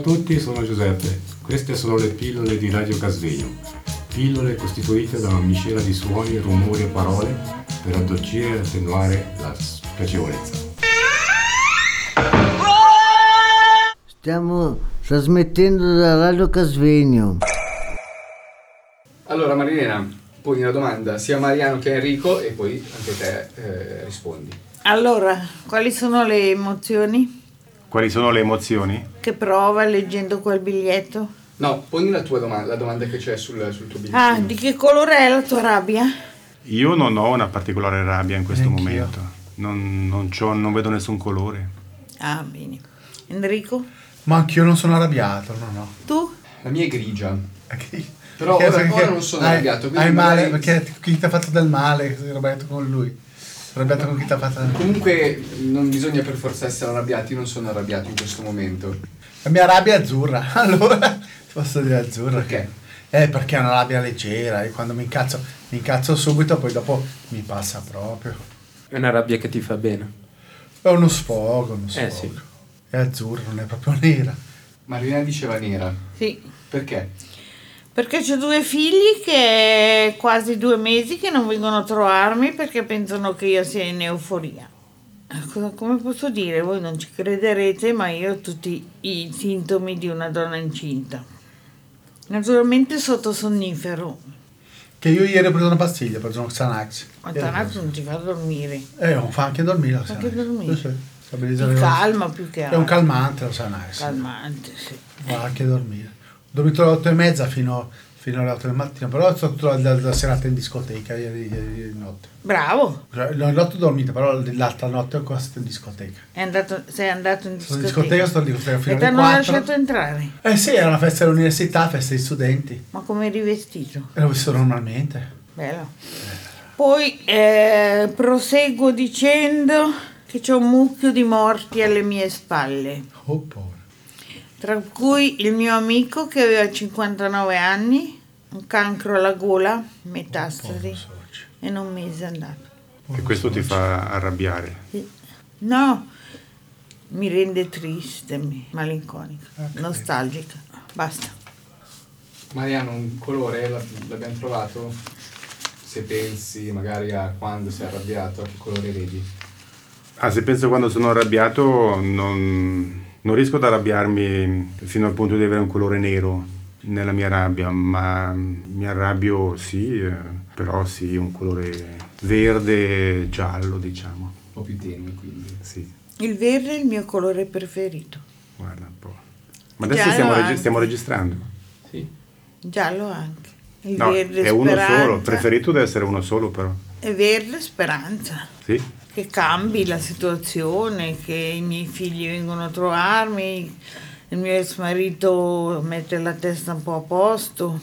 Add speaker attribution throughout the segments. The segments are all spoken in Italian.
Speaker 1: tutti, sono Giuseppe. Queste sono le pillole di Radio Casvegno. Pillole costituite da una miscela di suoni, rumori e parole per addolcire e attenuare la spiacevolezza.
Speaker 2: Stiamo trasmettendo da Radio Casvegno.
Speaker 3: Allora Marilena, poni una domanda sia a Mariano che a Enrico e poi anche te eh, rispondi.
Speaker 4: Allora, quali sono le emozioni
Speaker 5: Quali sono le emozioni?
Speaker 4: che prova leggendo quel biglietto?
Speaker 3: No, poni la tua domanda, la domanda che c'è sul, sul tuo bigliettino.
Speaker 4: Ah, di che colore è la tua rabbia?
Speaker 5: Io non ho una particolare rabbia in questo momento. Non, non c'ho- non vedo nessun colore.
Speaker 4: Ah, bene. Enrico,
Speaker 6: Ma anch'io non sono arrabbiato, no, no.
Speaker 4: tu?
Speaker 3: La mia è grigia.
Speaker 6: Perché-
Speaker 3: Però
Speaker 6: perché-
Speaker 3: ora-
Speaker 6: perché-
Speaker 3: ora non sono
Speaker 6: hai-
Speaker 3: arrabbiato, quindi
Speaker 6: Hai male
Speaker 3: magari-
Speaker 6: perché chi ti ha fatto del male, sei arrabbiato con lui. Sei Arrabbiato con chi ti ha fatto del male.
Speaker 3: Comunque non bisogna per forza essere arrabbiati, io non sono arrabbiato in questo momento.
Speaker 6: La mia rabbia è azzurra, allora ti posso dire azzurra.
Speaker 3: Perché?
Speaker 6: Eh, perché è una rabbia leggera e quando mi incazzo, mi incazzo subito, poi dopo mi passa proprio.
Speaker 7: È una rabbia che ti fa bene.
Speaker 6: È uno sfogo, uno sfogo.
Speaker 7: Eh, sì.
Speaker 6: È azzurra, non è proprio nera.
Speaker 3: Marilena diceva nera.
Speaker 4: Sì.
Speaker 3: Perché?
Speaker 4: Perché ho due figli che quasi due mesi che non vengono a trovarmi perché pensano che io sia in euforia. Eh, cosa- Come posso dire? Voi non ci crederete, ma io ho tutti i sintomi di una donna incinta. Naturalmente sotto sonnifero.
Speaker 6: Che io ieri ho preso una pastiglia, ho preso uno Xanax.
Speaker 4: Ma tanto non ti fa dormire.
Speaker 6: Eh, non fa anche dormire la Xanax.
Speaker 4: anche dormire.
Speaker 6: Sì, sì. Stabilizza
Speaker 4: Ti
Speaker 6: le-
Speaker 4: calma più che
Speaker 6: È un
Speaker 4: altro.
Speaker 6: calmante lo Xanax.
Speaker 4: Calmante, sì.
Speaker 6: Fa anche dormire. Ho dormito alle 8 e mezza fino, fino alle 8 del mattino, però sono tutta la, la serata in discoteca ieri, ieri- ieri notte.
Speaker 4: Bravo,
Speaker 6: Cioè, La notte ho dormito, però l'altra notte ho qua stato in discoteca.
Speaker 4: è andato- sei andato in
Speaker 6: Sono in
Speaker 4: discoteca.
Speaker 6: discoteca, sono in discoteca fino
Speaker 4: e ti
Speaker 6: alle
Speaker 4: hanno
Speaker 6: 4.
Speaker 4: lasciato entrare.
Speaker 6: Eh sì, era una festa dell'università, festa di studenti.
Speaker 4: Ma come eri vestito?
Speaker 6: E l'ho visto normalmente.
Speaker 4: Bello. Poi eh, proseguo dicendo che c'è un mucchio di morti alle mie spalle,
Speaker 6: Oh, povero.
Speaker 4: tra cui il mio amico che aveva 59 anni, un cancro alla gola, metastasi,
Speaker 6: socio.
Speaker 4: e non mi è andato.
Speaker 5: E questo ti fa arrabbiare.
Speaker 4: No, mi rende triste, mi- malinconica,
Speaker 6: Ah,
Speaker 4: nostalgica. Basta.
Speaker 3: Mariano, un colore l'ab- l'abbiamo trovato? Se pensi magari a quando sei arrabbiato, a che colore vedi?
Speaker 5: Ah, se penso quando sono arrabbiato, non, non riesco ad arrabbiarmi fino al punto di avere un colore nero nella mia rabbia, ma mi arrabbio sì, eh, però sì, un colore verde, giallo, diciamo.
Speaker 3: Un po' più tenue quindi.
Speaker 5: Sì,
Speaker 4: Il verde è il mio colore preferito,
Speaker 5: guarda un po'. Ma adesso
Speaker 4: Giallo
Speaker 5: stiamo, regi-
Speaker 4: anche.
Speaker 5: stiamo registrando.
Speaker 7: Sì.
Speaker 4: giallo anche. Il
Speaker 5: No,
Speaker 4: verde
Speaker 5: è uno
Speaker 4: speranza.
Speaker 5: solo, preferito deve essere uno solo però.
Speaker 4: È verde speranza.
Speaker 5: Sì?
Speaker 4: che cambi la situazione, che i miei figli vengono a trovarmi, il mio ex marito mette la testa un po' a posto.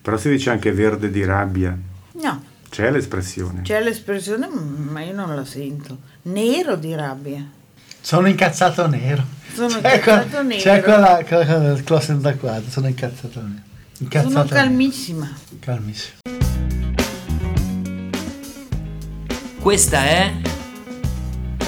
Speaker 5: Però si dice anche verde di rabbia.
Speaker 4: No,
Speaker 5: C'è l'espressione.
Speaker 4: c'è l'espressione, ma io non la sento. Nero di rabbia.
Speaker 6: Sono incazzato nero.
Speaker 4: Sono
Speaker 6: C'è
Speaker 4: incazzato
Speaker 6: quella-
Speaker 4: nero.
Speaker 6: C'è quella, quella classe da qua, sono incazzato nero. Incazzato
Speaker 4: Sono
Speaker 6: nero.
Speaker 4: calmissima.
Speaker 6: Calmissimo.
Speaker 8: Questa è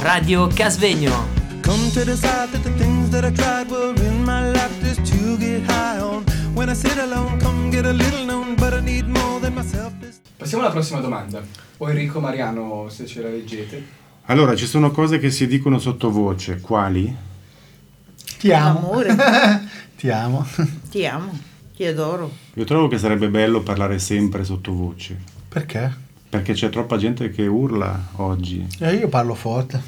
Speaker 8: Radio Casvegno.
Speaker 9: Come to decide that the things that I tried were in my life just to get high on. When I sit alone, come get a little known, but I need more than myself. This
Speaker 3: Passiamo alla prossima domanda. O Enrico Mariano, se ce la leggete.
Speaker 5: Allora, ci sono cose che si dicono sottovoce, quali?
Speaker 6: Ti amo.
Speaker 4: Amore.
Speaker 6: Ti amo.
Speaker 4: Ti amo, ti adoro.
Speaker 5: Io trovo che sarebbe bello parlare sempre sottovoce,
Speaker 6: Perché?
Speaker 5: perché c'è troppa gente che urla oggi,
Speaker 6: Eh, io parlo forte.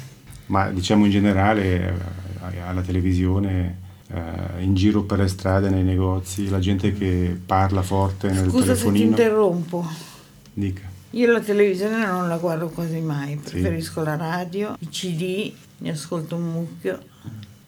Speaker 5: ma diciamo in generale eh, alla televisione, eh, in giro per le strade, nei negozi, la gente che parla forte nel
Speaker 4: Scusa se ti
Speaker 5: telefonino.
Speaker 4: interrompo.
Speaker 5: Dica.
Speaker 4: Io la televisione non la guardo quasi mai, preferisco la radio, i CD, ne ascolto un mucchio.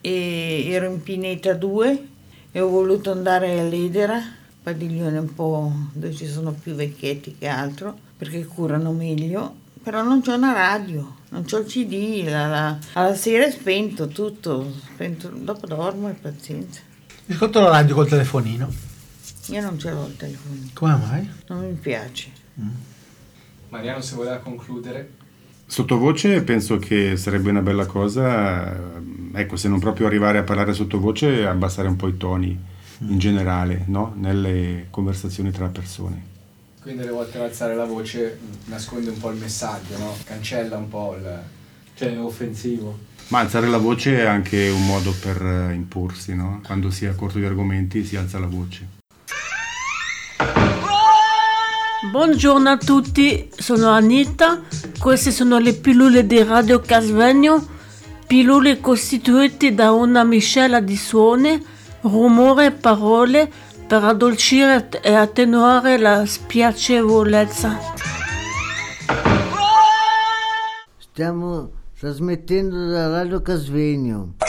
Speaker 4: E ero in Pineta 2 e ho voluto andare all'Edera, padiglione un po' dove ci sono più vecchietti che altro, perché curano meglio, però non c'ho una radio, non c'ho il CD, la- la- alla sera è spento tutto, spento- dopo dormo e pazienza.
Speaker 6: Ascolto la radio col telefonino.
Speaker 4: Io non ce l'ho il telefono,
Speaker 6: Come mai?
Speaker 4: non mi piace.
Speaker 3: Mariano, se voleva concludere.
Speaker 5: Sottovoce penso che sarebbe una bella cosa eh, ecco, se non proprio arrivare a parlare sottovoce, abbassare un po' i toni in generale, no? Nelle conversazioni tra persone.
Speaker 3: Quindi alle volte alzare la voce mm, nasconde un po' il messaggio, no? Cancella un po' il...
Speaker 7: Cioè, è offensivo.
Speaker 5: Ma alzare la voce è anche un modo per eh, imporsi, no? Quando si è a corto di argomenti si alza la voce.
Speaker 10: Buongiorno a tutti, sono Anita, queste sono le pillole di Radio Casvegno, pillole costituite da una miscela di suoni, rumore e parole per addolcire e attenuare la spiacevolezza.
Speaker 2: Stiamo trasmettendo da Radio Casvegno.